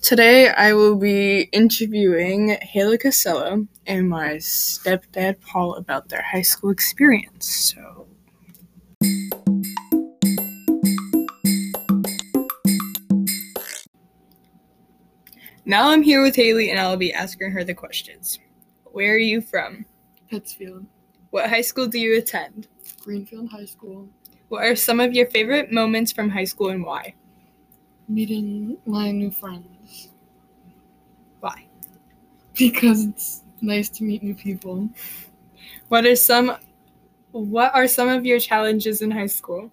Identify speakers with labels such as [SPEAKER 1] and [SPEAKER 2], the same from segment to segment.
[SPEAKER 1] Today I will be interviewing Haley Casella and my stepdad Paul about their high school experience. So Now I'm here with Haley and I'll be asking her the questions. Where are you from?
[SPEAKER 2] Pittsfield,
[SPEAKER 1] What high school do you attend?
[SPEAKER 2] Greenfield High School,
[SPEAKER 1] What are some of your favorite moments from high school and why?
[SPEAKER 2] meeting my new friends
[SPEAKER 1] Why?
[SPEAKER 2] because it's nice to meet new people.
[SPEAKER 1] What are some what are some of your challenges in high school?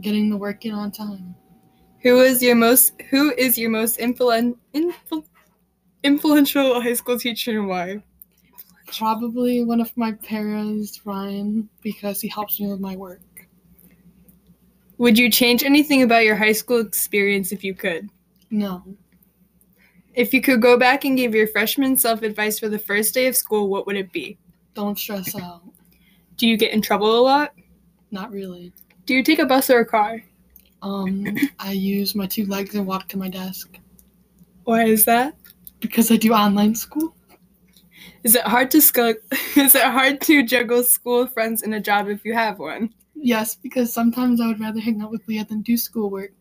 [SPEAKER 2] Getting the work in on time.
[SPEAKER 1] Who is your most Who is your most influen, influ, influential high school teacher and why?
[SPEAKER 2] Probably one of my parents, Ryan, because he helps me with my work.
[SPEAKER 1] Would you change anything about your high school experience if you could?
[SPEAKER 2] No,
[SPEAKER 1] If you could go back and give your freshman self advice for the first day of school, what would it be?
[SPEAKER 2] don't stress out.
[SPEAKER 1] Do you get in trouble a lot?
[SPEAKER 2] Not really.
[SPEAKER 1] Do you take a bus or a car?
[SPEAKER 2] Um, I use my two legs and walk to my desk
[SPEAKER 1] Why is that?
[SPEAKER 2] because I do online school.
[SPEAKER 1] Is it hard to scu- is it hard to juggle school, friends, and a job if you have one?
[SPEAKER 2] Yes, because sometimes I would rather hang out with Leah than do schoolwork.